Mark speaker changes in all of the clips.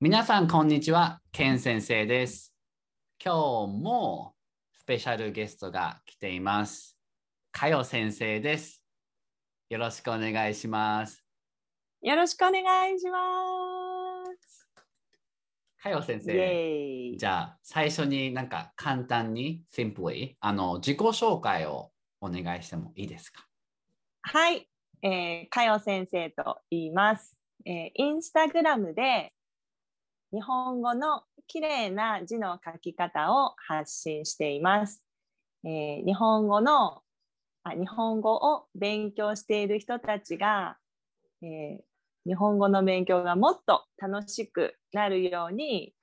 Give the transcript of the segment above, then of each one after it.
Speaker 1: 皆さんこんにちは、ケン先生です。今日もスペシャルゲストが来ています。かよ先生です。よろしくお願いします。
Speaker 2: よろしくお願いします。
Speaker 1: かよ先
Speaker 2: イ
Speaker 1: 生、
Speaker 2: エーイ
Speaker 1: じゃあ最初になんか簡単に、simply、あの自己紹介をお願いしてもいいですか
Speaker 2: はい、えー、かよ先生と言います、えー。インスタグラムで日本語の綺麗な字の書き方を発信しています。えー、日本語のあ日本語を勉強している人たちが、えー、日本語の勉強がもっと楽しくなるように、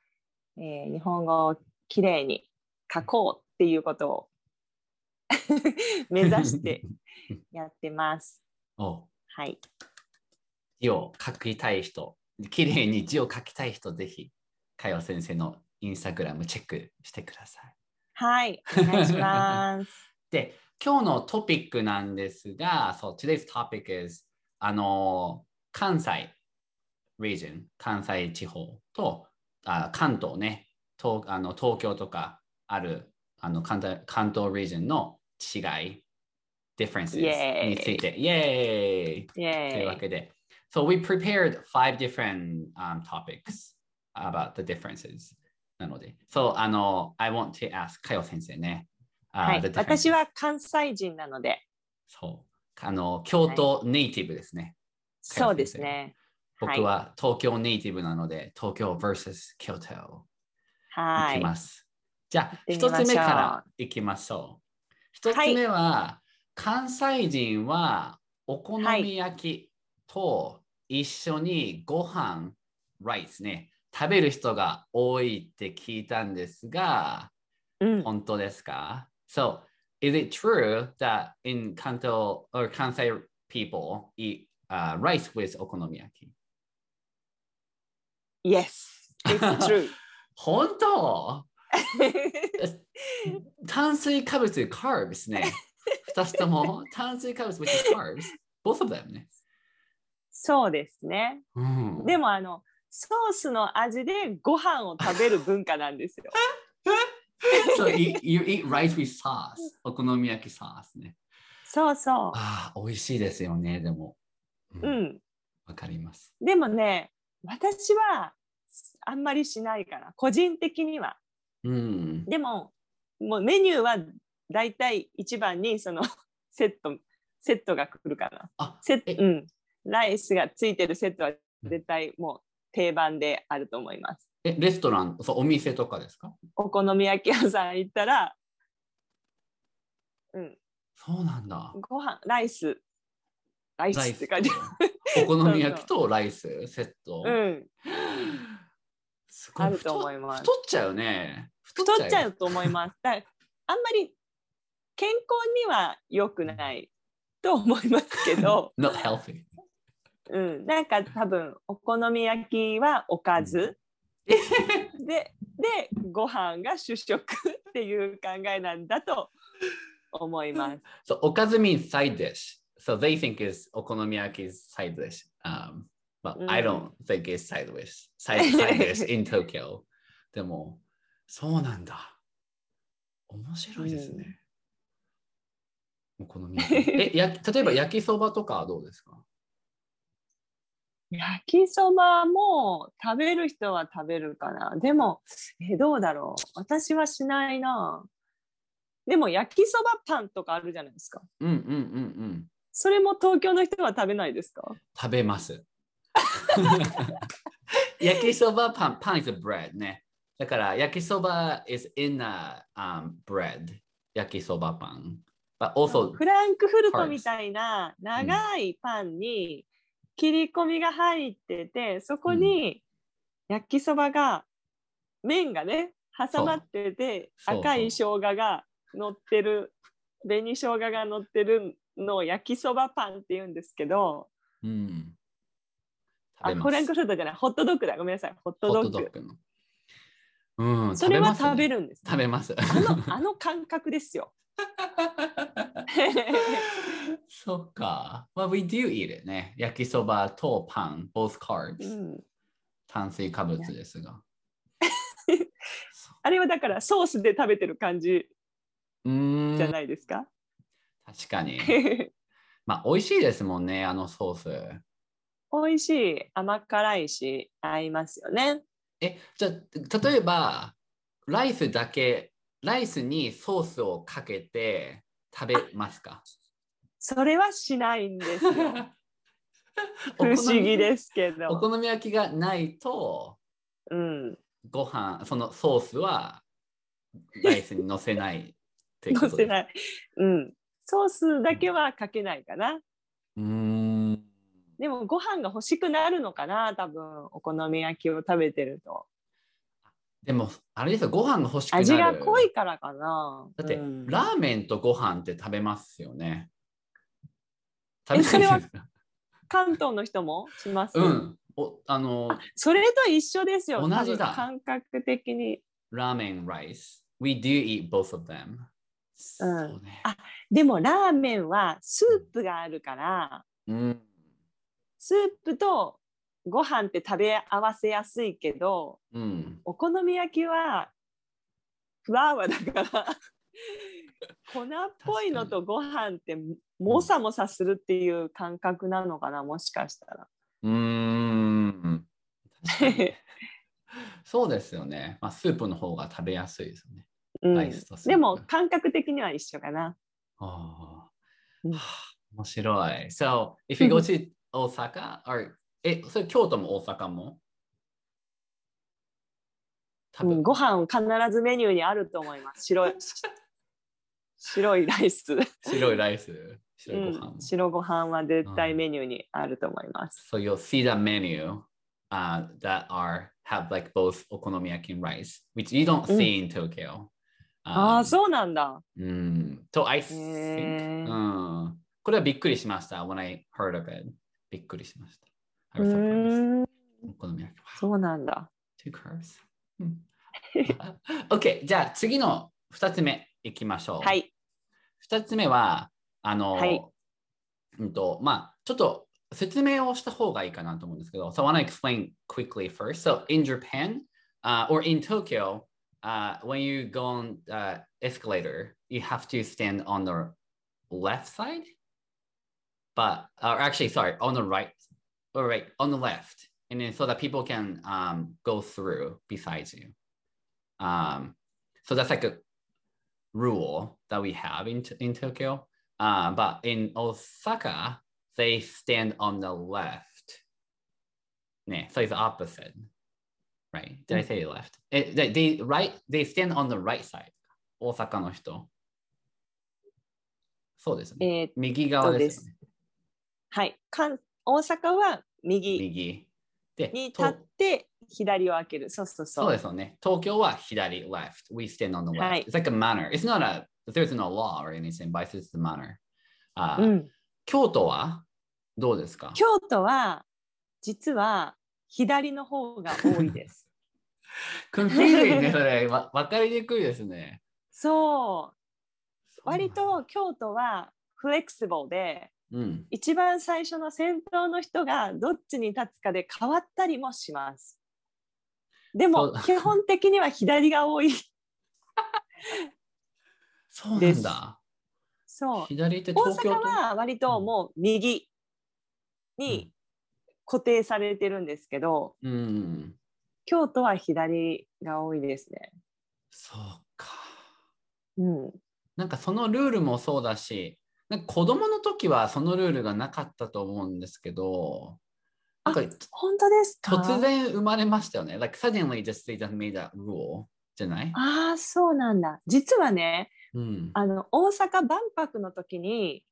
Speaker 2: えー、日本語をきれいに書こうっていうことを 目指してやってます。
Speaker 1: お
Speaker 2: はい。
Speaker 1: 字を書きたい人、綺麗に字を書きたい人、ぜひ、かよ先生のインスタグラムチェックしてください。
Speaker 2: はい。お願いします。
Speaker 1: で、今日のトピックなんですが、そう、today's topic is あの、関西 region、関西地方とあ関東ね、東あの東京とかあるあの関東関東 region の違い、
Speaker 2: イエ
Speaker 1: differences
Speaker 2: ーイ
Speaker 1: について、イエーイ
Speaker 2: イ
Speaker 1: というわ
Speaker 2: ェーイ。
Speaker 1: けで。So we prepared five different、um, topics about the differences. なので、so あの、I want to ask かよ先生ね。uh,
Speaker 2: はい
Speaker 1: the differences.、
Speaker 2: 私は関西人なので、
Speaker 1: そう。あの、京都ネイティブですね。
Speaker 2: そうですね。はい
Speaker 1: 僕は東京ネイティブなので、東京 vs 京都
Speaker 2: はい
Speaker 1: き
Speaker 2: い。
Speaker 1: ます。じゃあ、
Speaker 2: 行って
Speaker 1: 一
Speaker 2: みまし
Speaker 1: つ
Speaker 2: ょう
Speaker 1: 目からいきましょう。一つ目は、関西人はお好み焼きと一緒にご飯、ライスね、食べる人が多いって聞いたんですが、
Speaker 2: うん。
Speaker 1: 本当ですか ?So, is it true that in Kanto or Kansai people eat、uh, rice with okonomiyaki?
Speaker 2: Yes. It's true.
Speaker 1: 本当炭水化物、carbs ね。 二つとも炭水化物 which is carbs。Both of them ね。
Speaker 2: そうですね。
Speaker 1: うん、
Speaker 2: でもあのソースの味でご飯を食べる文化な んですよ。
Speaker 1: so, you, you eat rice with sauce. お好み焼きソースね。
Speaker 2: そうそ
Speaker 1: ああ、美味しいですよね、でも。う
Speaker 2: う。う
Speaker 1: わ、
Speaker 2: ん。
Speaker 1: かります。
Speaker 2: でもね、私はあんまりしないから、個人的には。
Speaker 1: うん。
Speaker 2: でも、もうメニューはだいたい一番にその セット、セットが来るかな。
Speaker 1: あ、
Speaker 2: セッ
Speaker 1: え
Speaker 2: ト、うん。ライスがついてるセットは絶対もう定番であると思います。
Speaker 1: えレストラン、そうお店とかですか
Speaker 2: お好み焼き屋さん行ったら、うん、
Speaker 1: そうなんだ。
Speaker 2: ご飯、ライス、ライス
Speaker 1: ライ
Speaker 2: っ
Speaker 1: ス
Speaker 2: て感じ。
Speaker 1: とお好み焼きとライスセット。
Speaker 2: うん。
Speaker 1: すごい
Speaker 2: あると思います
Speaker 1: 太っ太っちゃうね。太
Speaker 2: 太っちゃ
Speaker 1: う。
Speaker 2: うと思います。だからあんまり健康には良くないと思いますけど、
Speaker 1: Not healthy.
Speaker 2: うん、なんか多分お好み焼きはおかず、ででご飯が主食っていう考えなんだと思います。
Speaker 1: So おかず means side dish. So they think is お好み焼き is side dish. Um, but
Speaker 2: うん
Speaker 1: I don't think it's side dish. Side, side dish in Tokyo. でもそうなんだ。面白いですね。お好み焼き。え、や例えば焼きそばとかはどうですか？
Speaker 2: 焼きそばも食べる人は食べるかな。でも、えどうだろう。私はしないな。でも焼きそばパンとかあるじゃないですか。
Speaker 1: うんうんうんうん。
Speaker 2: それも東京の人は食べないですか
Speaker 1: 食べ ます。焼きそばパン、パン is a bread ね。だから焼きそば is in a、um, bread。焼きそばパン。But also
Speaker 2: フランクフルトみたいな長いパンに切り込みが入ってて、そこに焼きそばが麺がね挟まってて
Speaker 1: そうそう
Speaker 2: 赤い生姜が乗ってる紅生姜が乗ってるのを焼きそばパンって言うんですけど
Speaker 1: うん。食
Speaker 2: あ
Speaker 1: べます
Speaker 2: フランクフルトじゃないホットドッグだごめんなさいホット
Speaker 1: ホ
Speaker 2: ド
Speaker 1: ッ
Speaker 2: ッ
Speaker 1: ト
Speaker 2: グ
Speaker 1: ドッグの。うん、
Speaker 2: それは
Speaker 1: 食
Speaker 2: 食
Speaker 1: べます
Speaker 2: べ
Speaker 1: ね
Speaker 2: るんですね、
Speaker 1: 食べ ます。
Speaker 2: あのあの感覚で すよ
Speaker 1: そっか。Well, we do eat it ね。焼きそばとパン、both
Speaker 2: う
Speaker 1: carbs、
Speaker 2: ん
Speaker 1: 炭水化物ですが。
Speaker 2: あれはだからソースで食べてる感じ
Speaker 1: うーん
Speaker 2: じゃないですか、
Speaker 1: 確か に。
Speaker 2: 美
Speaker 1: まあ、美味しいですもんね、あのソース。
Speaker 2: 味しい甘辛いし合いますよね
Speaker 1: え、じゃあ、例えば、ライスだけ、ライスにソースをかけて食べますか
Speaker 2: それはしないんですよ
Speaker 1: お
Speaker 2: 不
Speaker 1: 好み
Speaker 2: 思議ですけ
Speaker 1: お
Speaker 2: ど、
Speaker 1: 好み焼きがないと、
Speaker 2: うん、
Speaker 1: ご飯、そのソースはライスにのせないっていうこ
Speaker 2: 乗
Speaker 1: とで
Speaker 2: せ
Speaker 1: すか
Speaker 2: ない、うん、ソースだけはかけないかな
Speaker 1: うーん。
Speaker 2: でもご飯が欲しくなるのかな多分お好み焼きを食べてると
Speaker 1: でも、あれですよ、ご飯が欲しくなる。
Speaker 2: 味が濃いからかな
Speaker 1: だって、
Speaker 2: うん
Speaker 1: ラーメンとご飯って食べますよね。食べ
Speaker 2: それ
Speaker 1: な
Speaker 2: はい
Speaker 1: ですか
Speaker 2: 関東の人もします、
Speaker 1: うん。おあの
Speaker 2: それと一緒ですよ
Speaker 1: 同じだ
Speaker 2: 多分感覚的に
Speaker 1: ramen rice. We do eat both of them. そうね。
Speaker 2: あでもラーメンはスープがあるから
Speaker 1: うん。
Speaker 2: スープとご飯って食べ合わせやすいけど
Speaker 1: うん。
Speaker 2: お好み焼きはフラワーだから粉っぽいのとご飯ってもさもさするっていう感覚なのかなもしかしたら。
Speaker 1: うー ん。確かにそうですよね。まあ、スープの方が食べやすいですよね。
Speaker 2: うん
Speaker 1: ライスとスープ
Speaker 2: でも感覚的には一緒かな。
Speaker 1: あ
Speaker 2: う
Speaker 1: あ
Speaker 2: ん。
Speaker 1: 面白い。So, if you go to Osaka, or, え、それ京都も大阪も多
Speaker 2: う
Speaker 1: 分
Speaker 2: んご飯必ずメニューにあると思います。白い白いライス、
Speaker 1: 白いライス、白いご飯も。
Speaker 2: うん、白ご飯は絶対メニューにあると思います。
Speaker 1: So you'll see that menu uh, that are have like both okonomiyaki and rice, which you don't see in Tokyo.
Speaker 2: ああ
Speaker 1: Um,
Speaker 2: そうなんだ。
Speaker 1: うん。So I
Speaker 2: へ
Speaker 1: think.
Speaker 2: え
Speaker 1: うん。これはびっくりしました。When I heard of it. びっくりしました。I
Speaker 2: う
Speaker 1: was surprised.
Speaker 2: ーん
Speaker 1: お好み焼き。Wow,
Speaker 2: そうなんだ。
Speaker 1: two curves. うん OK。じゃあ次の2つ目いきましょう。
Speaker 2: はい。
Speaker 1: 2つ目は、あの、
Speaker 2: はい
Speaker 1: うんと、まあ、ちょっと説明をした方がいいかなと思うんですけど、So I want to explain quickly first. So in Japan、uh, or in Tokyo, uh, when you go on uh, escalator, you have to stand on the left side, but, or actually, sorry, on the right, or right, on the left. And then so that people can um, go through besides you. Um, so that's like a rule that we have in, T- in Tokyo. Uh, but in Osaka, they stand on the left. Yeah, so it's opposite, right? Did I say left? It, they, they right. They stand on the right side. 大阪の人。そうですね。
Speaker 2: えー
Speaker 1: 右側ですよね。
Speaker 2: はい。関大阪は右
Speaker 1: 右。で、
Speaker 2: に立
Speaker 1: と
Speaker 2: って左を開ける。そうそうそう。
Speaker 1: そうですよね。東京は左 left. We stand on the left.、
Speaker 2: はい
Speaker 1: It's like a manner. It's not a, there's no law or anything, but it's just a manner.、あ
Speaker 2: う
Speaker 1: ー
Speaker 2: ん。
Speaker 1: 京都はどうですか
Speaker 2: 京都は実は左の方が多 いです。
Speaker 1: confusing ね、それ。わわかりにくいですね。
Speaker 2: そう。
Speaker 1: そうなんだ
Speaker 2: 割、と京都はフレキシブルで
Speaker 1: うん。
Speaker 2: 一番最初の先頭の人がどっちに立つかで変わったりもします。でも
Speaker 1: そう
Speaker 2: 基本的には左が多い。
Speaker 1: そうな
Speaker 2: で
Speaker 1: ん
Speaker 2: す
Speaker 1: だ。
Speaker 2: そう。
Speaker 1: 左って
Speaker 2: 大
Speaker 1: 東京
Speaker 2: 阪
Speaker 1: と。
Speaker 2: は割ともう右に固定されてるんですけど、
Speaker 1: うん。
Speaker 2: 京都は左が多いですね。
Speaker 1: そうか。
Speaker 2: うん、
Speaker 1: なんかそのルールもそうだし、なんか子供の時はそのルールがなかったと思うんですけど、なんか
Speaker 2: 本当ですか
Speaker 1: 突然生まれましたよね。Like suddenly just they just made that rule じゃない
Speaker 2: ああそうなんだ実はね
Speaker 1: うん。
Speaker 2: あの大阪万博の時に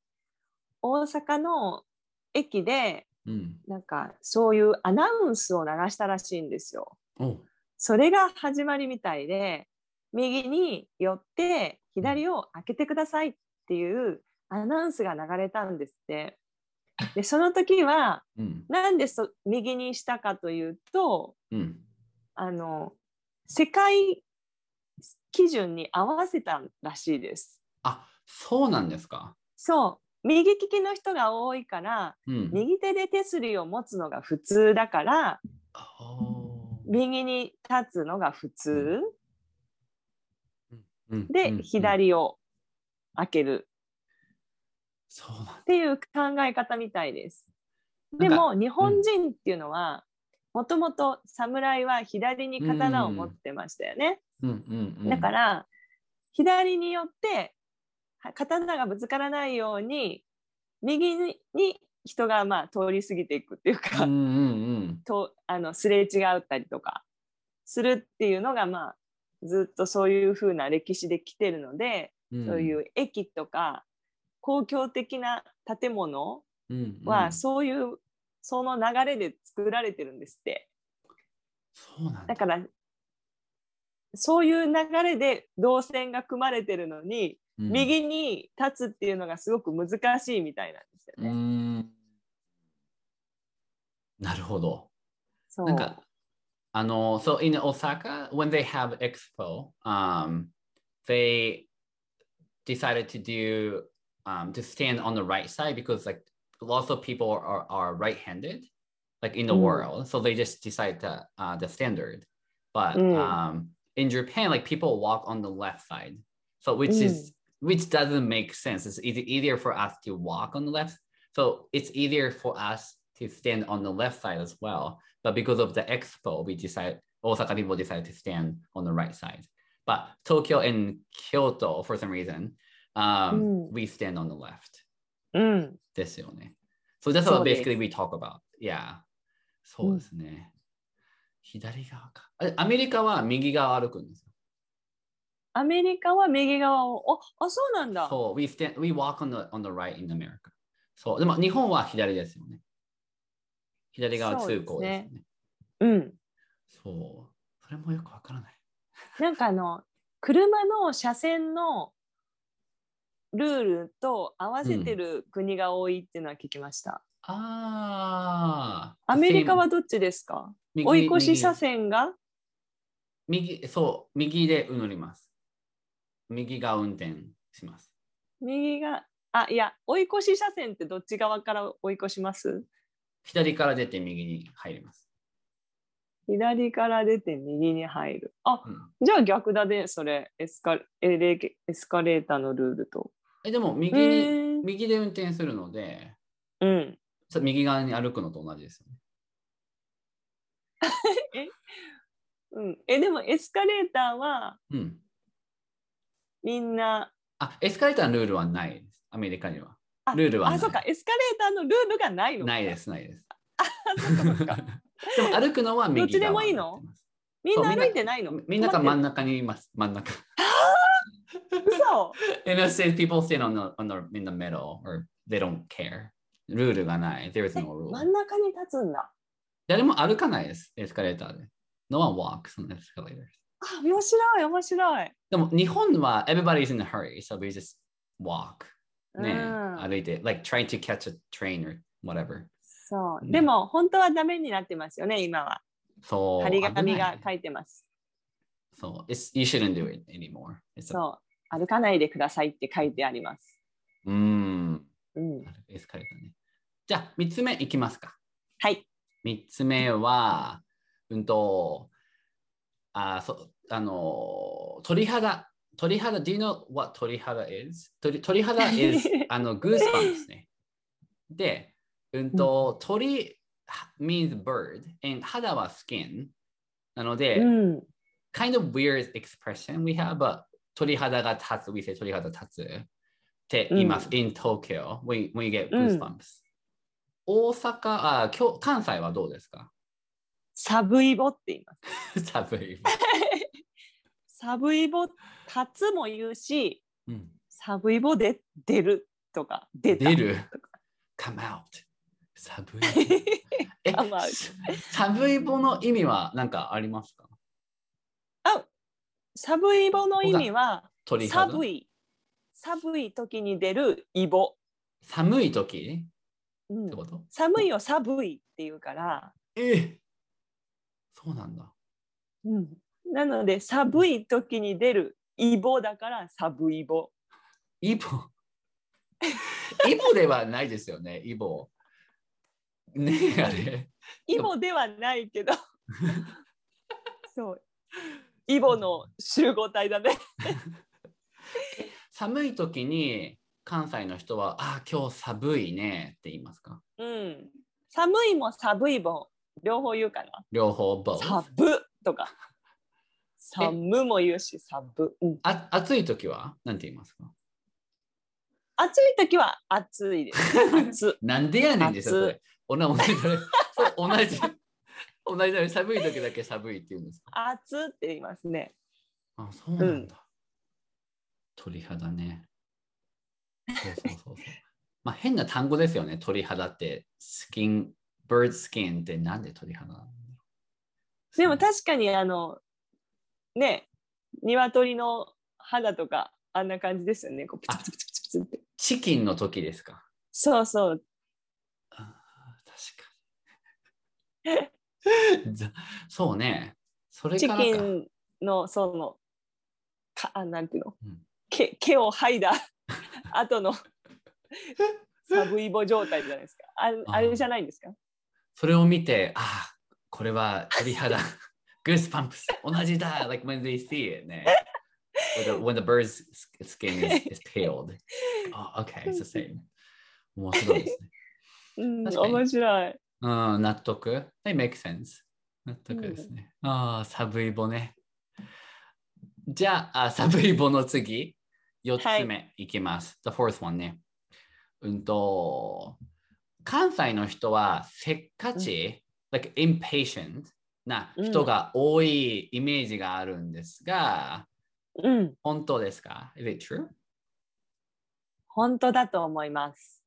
Speaker 2: 大阪の駅で
Speaker 1: うん。
Speaker 2: なんかそういうアナウンスを流したらしいんですよ。
Speaker 1: お
Speaker 2: それが始まりみたいで右に寄って左を開けてくださいっていうアナウンスが流れたんですって。でその時は
Speaker 1: うん。
Speaker 2: なんでそ右にしたかというと
Speaker 1: うん。
Speaker 2: あの世界基準に合わせたらしいです。
Speaker 1: あ、そうなんですか。
Speaker 2: そう右利きの人が多いから
Speaker 1: うん。
Speaker 2: 右手で手すりを持つのが普通だから
Speaker 1: あー
Speaker 2: 右に立つのが普通
Speaker 1: うん
Speaker 2: で、
Speaker 1: うん
Speaker 2: 左を開ける
Speaker 1: そうなんだ
Speaker 2: っていう考え方みたいです。
Speaker 1: な
Speaker 2: で
Speaker 1: んか
Speaker 2: も日本人っていうのはもともと侍は左に刀を持ってましたよね。
Speaker 1: うんうんうん
Speaker 2: だから左によっては刀がぶつからないように右に人がまあ通り過ぎていくっていうか、
Speaker 1: うんうん
Speaker 2: とあのすれ違ったりとかするっていうのがまあずっとそういう風な歴史で来てるので、
Speaker 1: うん、
Speaker 2: そういうう駅とか公共的な建物
Speaker 1: んうん
Speaker 2: はそういう、その流れで作られてるんですって
Speaker 1: そうなんだ
Speaker 2: だからそういう流れで動線が組まれてるのに、
Speaker 1: うん
Speaker 2: 右に立つっていうのがすごく難しいみたいなんですよ
Speaker 1: う
Speaker 2: ね。
Speaker 1: んなるほど。
Speaker 2: そう
Speaker 1: なんか、あの、so in Osaka, when they have expo, um, they decided to do, um, to stand on the right side because like lots of people are, are right-handed, like in the
Speaker 2: Mm.
Speaker 1: world. So they just decide the, uh, the standard. But
Speaker 2: Mm.
Speaker 1: um, in Japan, like people walk on the left side. So which
Speaker 2: Mm.
Speaker 1: is, which doesn't make sense. It's easy, easier for us to walk on the left. So it's easier for us to stand on the left side as well. But because of the expo, we decide Osaka people decided to stand on the right side. But Tokyo and Kyoto, for some reason, um,
Speaker 2: Mm.
Speaker 1: we stand on the left.
Speaker 2: うん、
Speaker 1: ですよね。So that's what
Speaker 2: そうです。
Speaker 1: basically we talk about. Yeah. そうですね。左側か。あアメリカは右側歩くんです
Speaker 2: アメリカは右側をああそうなん
Speaker 1: よ。
Speaker 2: だ
Speaker 1: そう、we, stand, we walk on the, on the right in America. そう、でも日本は左ですよね。左側通行ですよね。
Speaker 2: う、ん、
Speaker 1: そう。それもよくわからない。
Speaker 2: なんかあの車の車線のルールと合わせてる国が多いっていうのは聞きました。
Speaker 1: ああ。
Speaker 2: アメリカ
Speaker 1: same
Speaker 2: はどっちですか
Speaker 1: 右
Speaker 2: 追い越し車線が
Speaker 1: 右右そう、右で乗ります。右が運転します。
Speaker 2: 右があいや追い越し車線ってどっち側から追い越します
Speaker 1: 左から出て右に入ります。
Speaker 2: 左から出て右に入る。あ
Speaker 1: うん
Speaker 2: じゃあ逆だで、それ、エスカエレエスカレーターのルールと。
Speaker 1: えでも右
Speaker 2: え
Speaker 1: に、
Speaker 2: ー
Speaker 1: 右で運転するので、
Speaker 2: うん。
Speaker 1: さ右側に歩くのと同じですよね。
Speaker 2: うん、え、でもエスカレーターは
Speaker 1: うん。
Speaker 2: みんな、
Speaker 1: あ、エスカレーターのルールはないです。アメリカには。
Speaker 2: あ
Speaker 1: ルールはない
Speaker 2: あ、そうか、エスカレーターのルールがないの
Speaker 1: ないで。す、ないです。
Speaker 2: そっかそっか
Speaker 1: でも歩くのは右側
Speaker 2: どっちでもいいの
Speaker 1: になってますそう
Speaker 2: みんな
Speaker 1: みんな
Speaker 2: 歩いてないの
Speaker 1: みみんなが真ん
Speaker 2: 中。
Speaker 1: 中にいます。真ん中。
Speaker 2: 嘘
Speaker 1: In a sense, people stand on the, on the, in the middle or they don't care. ルールがない。There is
Speaker 2: え
Speaker 1: no rule.
Speaker 2: 真ん中に立つんだ。
Speaker 1: 誰も歩かないです、エスカレーターで。No one walks on escalators.
Speaker 2: あ、面白い、面白い。
Speaker 1: でも日本は everybody's in a hurry, so we just walk. ね、
Speaker 2: うん
Speaker 1: 歩いて、like trying to catch a train or whatever.
Speaker 2: そう。
Speaker 1: ね
Speaker 2: でも、本当はダメになってますよね、今は。
Speaker 1: そう。
Speaker 2: 張り紙
Speaker 1: 危
Speaker 2: が
Speaker 1: な
Speaker 2: 書
Speaker 1: い
Speaker 2: いてます。
Speaker 1: そう。It's, you shouldn't do it anymore. It's a-
Speaker 2: そう。歩かないでくださいって書いてあります。
Speaker 1: うーん。
Speaker 2: うん。
Speaker 1: エスカレーターね。じゃあ、3つ目いきますか。
Speaker 2: はい。
Speaker 1: 3つ目は、うんと、あ、そあの、鳥肌。鳥肌、do you know what 鳥肌 is? 鳥鳥 肌 is あの、goosebumps ね。で、うんと、鳥 means bird and 肌は skin。なので、
Speaker 2: うん。
Speaker 1: kind of weird expression we have, but 鳥肌が立つ, we say 鳥肌立つって言います、in Tokyo when, when you get
Speaker 2: うん
Speaker 1: goosebumps. 大阪、あ、今日、関西はどうですか
Speaker 2: サブイボって言います。
Speaker 1: 寒い。
Speaker 2: サブイボ立つも言うし、サブイボで出るとか出た。
Speaker 1: 出る。come out. 寒い。え、
Speaker 2: Come out.
Speaker 1: 寒い棒の意味は何かありますか
Speaker 2: サブイボの意味は
Speaker 1: 鳥肌
Speaker 2: 寒い寒い時に出るイボ、
Speaker 1: 寒い時
Speaker 2: うん
Speaker 1: ってこと
Speaker 2: 寒いを寒いっていうから、
Speaker 1: えそうなんだ。
Speaker 2: うんなので寒い時に出るイボだからサブイボ。
Speaker 1: イボ。 イボではないですよね、イボ。ねえ、あれ。
Speaker 2: イボではないけどそう。イボの集合体だね。
Speaker 1: 寒い時に関西の人は、あー、今日寒いねって言いますか
Speaker 2: うん。寒いも寒いも両方言うかな。
Speaker 1: 両方 both
Speaker 2: 寒とか。寒も言うし、寒。うん。
Speaker 1: あ暑い時はなんて言いますか
Speaker 2: 暑い時は暑いです。暑。
Speaker 1: なんでやねんですよ、
Speaker 2: 暑
Speaker 1: それ。おな同じだねそれ同じ。 同じだ ね寒い時だけ寒いって言うんですか
Speaker 2: 暑って言いますね。
Speaker 1: あ、そうなんだ。鳥肌ね。そうそうそうそう。まあ変な単語ですよね、鳥肌って。スキン、bird skin ってなんで鳥肌なの
Speaker 2: でも確かにあの、ね、鶏の肌とかあんな感じですよね。こうプツプツプツプツプツって。
Speaker 1: チキンの時ですか
Speaker 2: そうそう。
Speaker 1: あー確かにざそうね。それ
Speaker 2: チ
Speaker 1: からか。
Speaker 2: キンのその、かあなんていうの、
Speaker 1: うん
Speaker 2: 毛毛を剥いだ 後 のサブイボ状態じゃないですか。ああれじゃないんですか。
Speaker 1: それを見て、ああ、これは鳥肌。Goosebumps 同じだ !Like when they see it ね。Or the- when the bird's skin is, is peeled. あ、oh, okay, it's the same. 面白いですね。
Speaker 2: うん、
Speaker 1: 確かに
Speaker 2: 面白い。
Speaker 1: うん、納得。They make sense. 納得ですね。ああ、サブイボね。じゃあ、あサブイボの次、4つ目いきます。The fourth one ね。うんと、関西の人はせっかち、like impatient な人が多いイメージがあるんですが、
Speaker 2: うん、
Speaker 1: 本当ですか ?Is it true?
Speaker 2: 本当だと思います。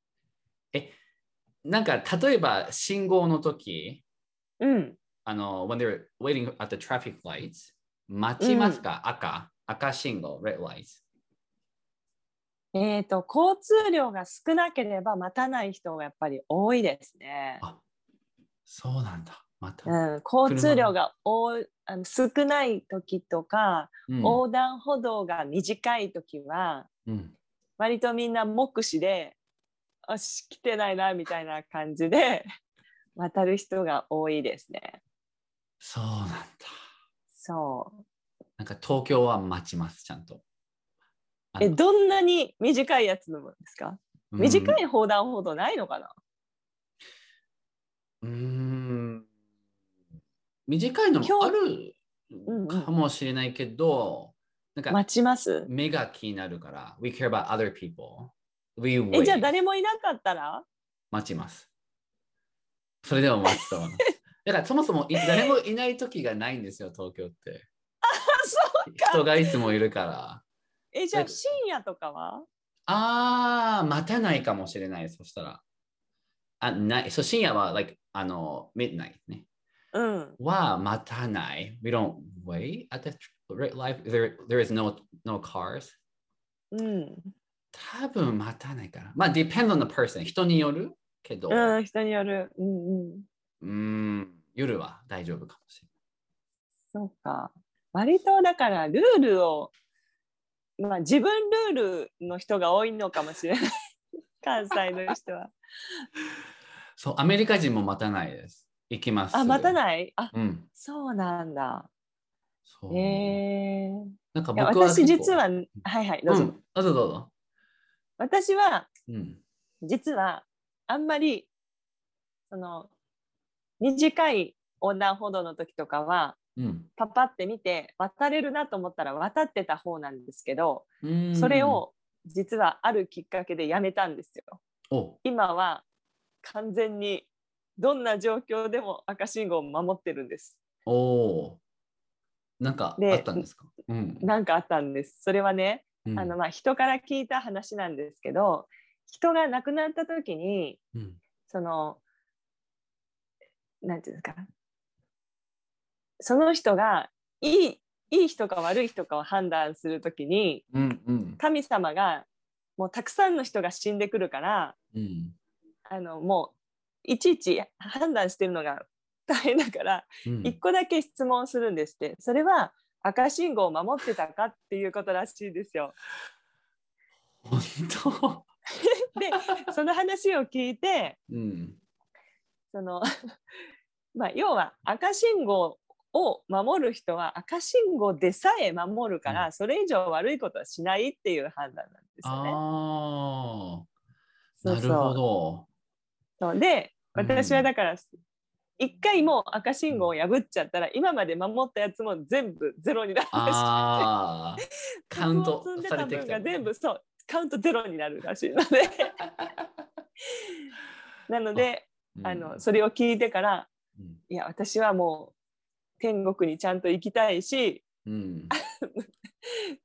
Speaker 1: なんか、例えば信号の時、
Speaker 2: うん、
Speaker 1: あの、when they're waiting at the traffic lights, 待ちますか、赤、赤信号、red lights。
Speaker 2: えっ、と交通量が少なければ待たない人がやっぱり多いですね。
Speaker 1: あそうなんだ。また。
Speaker 2: うん、交通量が多いあの少ない時とか、
Speaker 1: うん
Speaker 2: 横断歩道が短い時は
Speaker 1: うん
Speaker 2: 割とみんな目視で「よし来てないな」みたいな感じで 渡る人が多いですね。
Speaker 1: そうなんだ。
Speaker 2: そ
Speaker 1: なんか東京は待ちます、ちゃんと。
Speaker 2: うえどんなに短いやつのもですか
Speaker 1: うん
Speaker 2: 短い横断歩道ないのかな、
Speaker 1: うーん。短いのも
Speaker 2: 今
Speaker 1: ある
Speaker 2: んうん
Speaker 1: かもしれないけど、なんか
Speaker 2: 待ちます
Speaker 1: 目が気になるから、we care about other people. We
Speaker 2: え
Speaker 1: wait.
Speaker 2: じゃあ誰もいなかったら
Speaker 1: 待ちます。それでも待つと 思います。だからそもそもい誰もいない時がないんですよ、東京って。
Speaker 2: あそう
Speaker 1: 人がいつもいるから。
Speaker 2: えじゃ
Speaker 1: え
Speaker 2: あ深夜とかは
Speaker 1: あー、待たないかもしれない、そしたら。あ、ない。そう、深夜は、like, あの、midnight ね。
Speaker 2: うん
Speaker 1: は待たない。We don't wait at the red light. There, there is no, no cars.
Speaker 2: うん、
Speaker 1: 多分待たないから。まあ、depend on the person. 人によるけど、
Speaker 2: うん、人によるうんうん
Speaker 1: うーん、夜は大丈夫かもしれない。
Speaker 2: そうか。割とだからルールを、まあ、自分ルールの人が多いのかもしれない。 関西の人は。
Speaker 1: そう、アメリカ人も待たないです。行きます。
Speaker 2: あ、待た
Speaker 1: い。
Speaker 2: ないあ、
Speaker 1: うん。
Speaker 2: そうなんだ。
Speaker 1: そ
Speaker 2: へ
Speaker 1: う。
Speaker 2: え
Speaker 1: なんか
Speaker 2: いや
Speaker 1: 僕は結構。
Speaker 2: 私実は、はいはい、どうぞ。
Speaker 1: うん。あ、どうぞどうぞ。
Speaker 2: 私は、
Speaker 1: うん。
Speaker 2: 実は、あんまり、その、短い横断歩道の時とかは、
Speaker 1: うん
Speaker 2: パパって見て、渡れるなと思ったら渡ってた方なんですけど、
Speaker 1: うーん。
Speaker 2: それを実はあるきっかけでやめたんですよ。
Speaker 1: お
Speaker 2: 今は完全にどんな状況でも赤信号を守ってるんです。
Speaker 1: おーなんか
Speaker 2: で
Speaker 1: あったんですかうん。
Speaker 2: なんかあったんです。それはね、
Speaker 1: うん
Speaker 2: あのまあ人から聞いた話なんですけど、人が亡くなった時に
Speaker 1: うん
Speaker 2: そのなんていうんですか、その人がいいいい人か悪い人かを判断するときに
Speaker 1: うんうん
Speaker 2: 神様がもうたくさんの人が死んでくるから
Speaker 1: うん
Speaker 2: あのもういちいち判断してるのが 大変だから
Speaker 1: うん
Speaker 2: 一個だけ質問するんですってそれは赤信号を守ってたかっていうことらしいですよ。
Speaker 1: 本当
Speaker 2: でその話を聞いて
Speaker 1: うん
Speaker 2: そのまあ要は赤信号を守る人は赤信号でさえ守るか
Speaker 1: う
Speaker 2: ら、それ以上悪いことはしないっていう判断なんですよね。
Speaker 1: ああ、
Speaker 2: そう
Speaker 1: な
Speaker 2: そう
Speaker 1: るほど。
Speaker 2: そうで
Speaker 1: うん
Speaker 2: 私はだから一回もう赤信号を破っちゃったら今まで守ったやつも全部ゼロになるらしい。
Speaker 1: ああ、カウント
Speaker 2: 積んで
Speaker 1: され
Speaker 2: た
Speaker 1: てき
Speaker 2: 分
Speaker 1: た。
Speaker 2: が全部そうカウントゼロになるらしい のでなので
Speaker 1: うん
Speaker 2: あのそれを聞いてからいや私はもう天国にちゃんと行きたいし
Speaker 1: うん。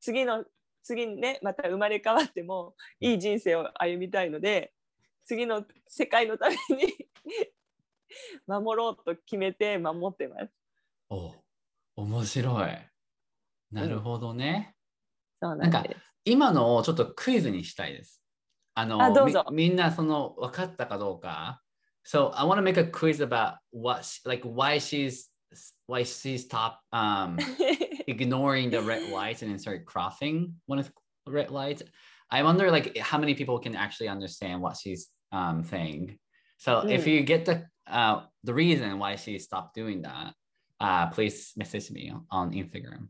Speaker 2: 次の次にねまた生まれ変わってもいい人生を歩みたいので次の世界のために 守ろうと決めて守ってます。
Speaker 1: お面白い。なるほどね。
Speaker 2: そうなん
Speaker 1: なん
Speaker 2: です。
Speaker 1: 今のをちょっとクイズにしたいです。あの
Speaker 2: あどうぞ
Speaker 1: みみんなその分かったかどうか。So I want to make a quiz about what she, like why she's why she's top um ignoring the red lights and then start crossing one of the red lights. I wonder like how many people can actually understand what she's um, saying. So if
Speaker 2: Mm.
Speaker 1: you get the uh, the reason why she stopped doing that, uh, please message me on Instagram.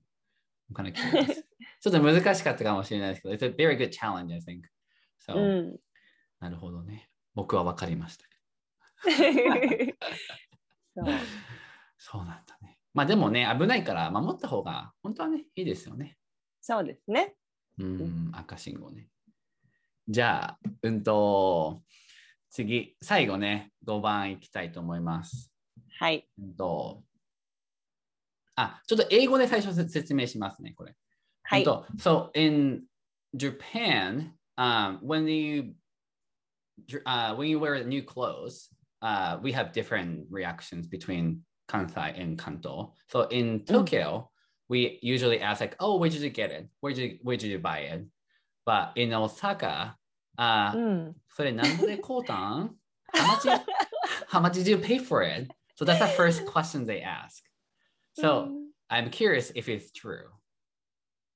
Speaker 1: I'm kind of curious. ちょっと難しかったかもしれないですけど、it's a very good challenge, I think. So、
Speaker 2: うん、
Speaker 1: なるほどね。僕は分かりま した。
Speaker 2: そう
Speaker 1: そうなんだね。まあでもね、危ないから守った方が本当はね、いいですよね。
Speaker 2: そうですね。
Speaker 1: うん、赤信号ね。じゃあ、うんと、次、最後ね、5番いきたいと思います。
Speaker 2: はい。
Speaker 1: うんと、あ、ちょっと英語で最初せ説明しますね、これ。
Speaker 2: は
Speaker 1: うん
Speaker 2: い。
Speaker 1: と so in Japan, um, when you uh, when you wear new clothes, uh, we have different reactions between Kansai and Kanto. So in Tokyo, we usually ask like, "Oh, where did you get it? Where did you, where did you buy it?" But in Osaka, uh,
Speaker 2: うん。
Speaker 1: それなんでこうたん how, much, how much did you pay for it? So that's the first question they ask. So I'm curious if it's true.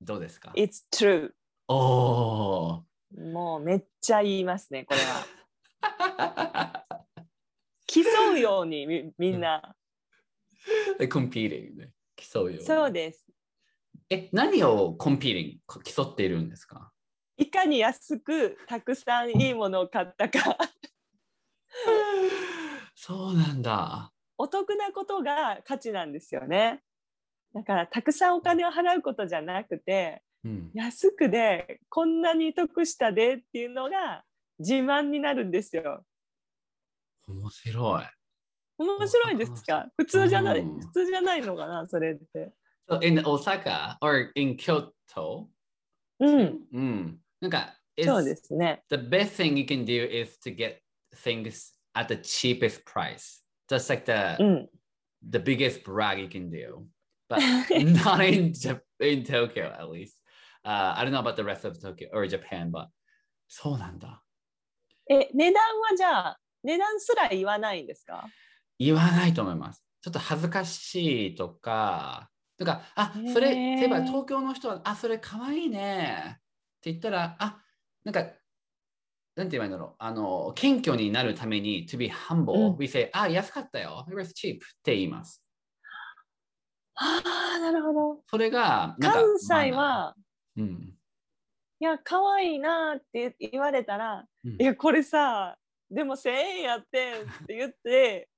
Speaker 1: どうですか
Speaker 2: It's true。
Speaker 1: おお
Speaker 2: もうめっちゃ言いますね、これは。
Speaker 1: ー
Speaker 2: 競うようにみみんな。
Speaker 1: でコンピーリングで競うように
Speaker 2: そうです。
Speaker 1: え、何をコンピーリングこ競っているんです か
Speaker 2: いかに安くたくさんいいものを買ったか。
Speaker 1: そうなんだ。
Speaker 2: お得なことが価値なんですよね。だからたくさんお金を払うことじゃなくて
Speaker 1: うん、
Speaker 2: 安くでこんなに得したでっていうのが自慢になるんですよ。
Speaker 1: 面白い。
Speaker 2: 面白いですか普通じゃない、
Speaker 1: うん
Speaker 2: 普通じゃないのかなそれって。
Speaker 1: So in Osaka or in Kyoto,
Speaker 2: うん、
Speaker 1: うん、なんか、it's-
Speaker 2: そうですね。
Speaker 1: the best thing you can do is to get things at the cheapest price. Just like the
Speaker 2: うん。
Speaker 1: the biggest brag you can do, but not in Jap- in Tokyo at least. Uh, I don't know about the rest of Tokyo or Japan, but そうなんだ。
Speaker 2: え、値段はじゃあ、値段すら言わないんですか
Speaker 1: 言わないと思います。ちょっと恥ずかしいとか、とか、あ
Speaker 2: へー、
Speaker 1: それ、例えば東京の人は、あ、それかわいいねって言ったら、あ、なんか、なんて言えばいいんだろう。あの、謙虚になるために、to be humble,、
Speaker 2: うん
Speaker 1: we say, あ、安かったよ。it was cheap って言います。
Speaker 2: ああ、なるほど。
Speaker 1: それが、なんか
Speaker 2: 関西
Speaker 1: マ
Speaker 2: は、
Speaker 1: ナーうん。
Speaker 2: いや、可愛いなって言われたら、
Speaker 1: うん
Speaker 2: いや、これさ、でも1000円やってんって言って、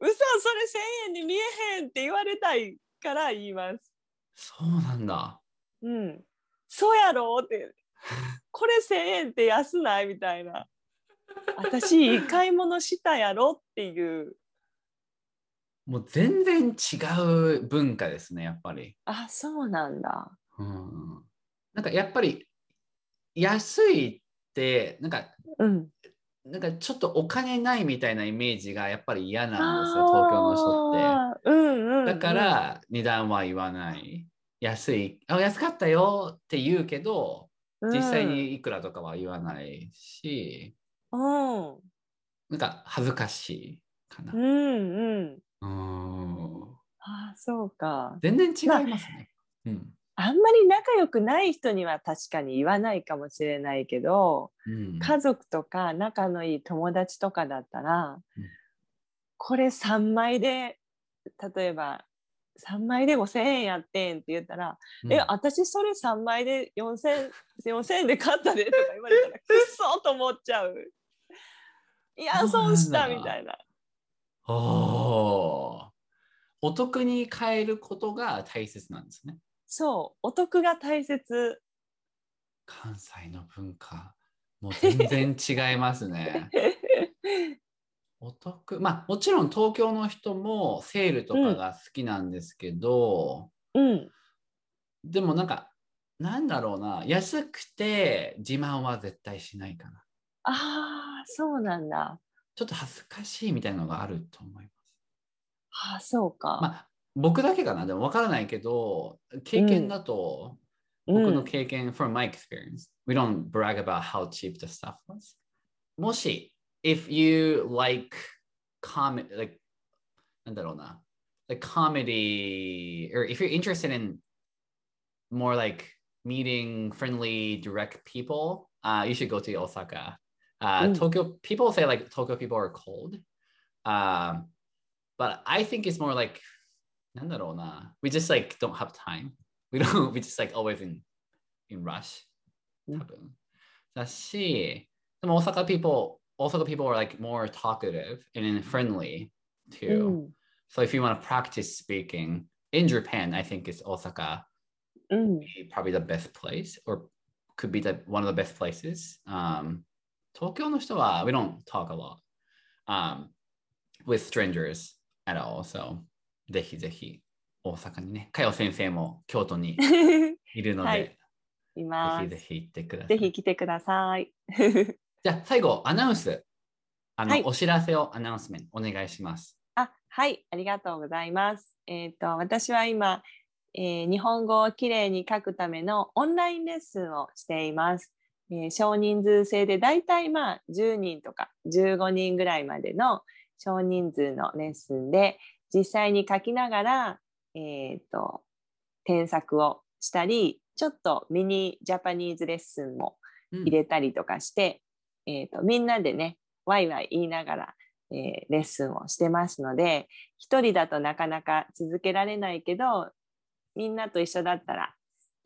Speaker 2: 嘘それ1000円に見えへんって言われたいから言います。
Speaker 1: そうなんだ。
Speaker 2: うん。そうやろって、これ1000円って安ないみたいな。私、いい買い物したやろっていう。
Speaker 1: もう全然違う文化ですね、やっぱり。
Speaker 2: あ、そうなんだ。
Speaker 1: うん、なんかやっぱり安いってなんか
Speaker 2: うん。
Speaker 1: なんかちょっとお金ないみたいなイメージがやっぱり嫌なんですよ、東京の人って。
Speaker 2: って。うんうん、
Speaker 1: だか、ら値段は言わない。安い。あ、安かったよって言うけど、実際。にいくらとかは言わないし、
Speaker 2: うん。うん
Speaker 1: なんか恥ずかしいかな。
Speaker 2: うん。
Speaker 1: うん、
Speaker 2: ああ、そうか。
Speaker 1: 全然違いますね。うん。
Speaker 2: あんまり仲良くない人には確かに言わないかもしれないけど、
Speaker 1: うん、
Speaker 2: 家族とか仲のいい友達とかだったら、
Speaker 1: うん
Speaker 2: これ3枚で例えば3枚で5,000円やってんって言ったら「え私それ3枚で4,000 4,000円で買ったで」とか言われた ら「くっそ!」と思っちゃう。い
Speaker 1: そうな
Speaker 2: や
Speaker 1: ん
Speaker 2: 損
Speaker 1: だ
Speaker 2: したみたいな。
Speaker 1: うん、おーお得に変えることが大切なんですね。
Speaker 2: そうお得が大切。。
Speaker 1: 関西の文化もう全然違いますねお得まあもちろん東京の人もセールとかが好きなんですけど、
Speaker 2: うん
Speaker 1: でもなんかなんだろうな安くて自慢は絶対しないかな
Speaker 2: ああそうなんだ。
Speaker 1: ちょっと恥ずかしいみたいなのがあると思います。
Speaker 2: ああそうか。
Speaker 1: まあ僕だけかなでも分からないけど経験だと、僕の経験、from my experience, we don't brag about how cheap the stuff was. もし、if you like comedy, like, なんだろうな、like comedy, or if you're interested in more like meeting friendly, direct people, uh, you should go to Osaka. Uh,
Speaker 2: うん
Speaker 1: Tokyo, people say like Tokyo people are cold. Um, but I think it's more like, なんだろうな、we just like don't have time. We don't, we just like always in, in rush.
Speaker 2: う
Speaker 1: 多
Speaker 2: ん
Speaker 1: 分。だし、でも大阪 people, 大阪 people are like more talkative and then friendly
Speaker 2: う
Speaker 1: too.
Speaker 2: ん
Speaker 1: So if you want to practice speaking in Japan, I think it's Osaka
Speaker 2: うん、
Speaker 1: probably the best place or could be the one of the best places. Um, 東京の人は we don't talk a lot um, with strangers at all. So ぜひぜひ大阪にね、かよ先生も京都にいるので、
Speaker 2: はいいま
Speaker 1: ぜひぜ。
Speaker 2: す
Speaker 1: ひ行ってくださ
Speaker 2: ぜ
Speaker 1: い。
Speaker 2: ひ来てください。
Speaker 1: じゃあ最後、アナウンス。あの、
Speaker 2: はい
Speaker 1: お知らせをアナウンスメントお願いします。
Speaker 2: あはい、ありがとうございます。えっ、と、私は今、えー日本語をきれいに書くためのオンラインレッスンをしています。えー少人数制でだいたいまあ10人とか15人ぐらいまでの少人数のレッスンで実際に書きながら、えっと添削をしたりちょっとミニジャパニーズレッスンも
Speaker 1: うん
Speaker 2: 入れたりとかして、えー、とみんなでねワイワイ言いながら、えーレッスンをしてますので一人だとなかなか続けられないけどみんなと一緒だったら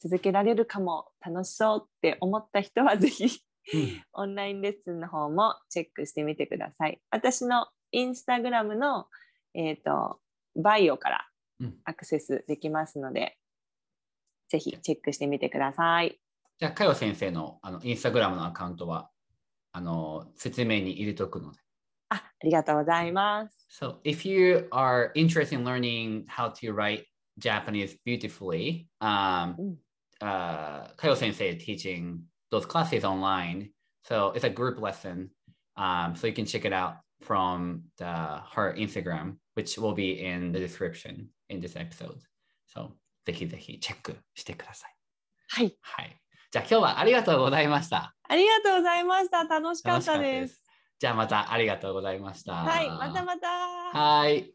Speaker 2: 続けられるかも楽しそうって思った人は ぜひ
Speaker 1: うん
Speaker 2: オンラインレッスンの方もチェックしてみてください。私のインスタグラムの、えー、とバイオから
Speaker 1: うん
Speaker 2: アクセスできますので、ぜひチェックしてみてください。
Speaker 1: じゃあ、かよ先生のあのインスタグラムのアカウントはあの説明に入れとくので。
Speaker 2: あありがとうございます。
Speaker 1: So, if you are interested in learning how to write Japanese beautifully, um,
Speaker 2: うん
Speaker 1: uh, Kayo sensei is teaching those classes online. So it's a group lesson. Um, so you can check it out from the, her Instagram, which will be in the description in this episode. So ぜひぜひチェックしてください。
Speaker 2: はい、
Speaker 1: はい。じゃあ今日はありがとうございました。
Speaker 2: ありがとうございました。楽しか
Speaker 1: 楽
Speaker 2: っ
Speaker 1: しか
Speaker 2: た
Speaker 1: った
Speaker 2: で。
Speaker 1: ですす。じゃあまたありがとうございました。
Speaker 2: はい、またまた。
Speaker 1: はい。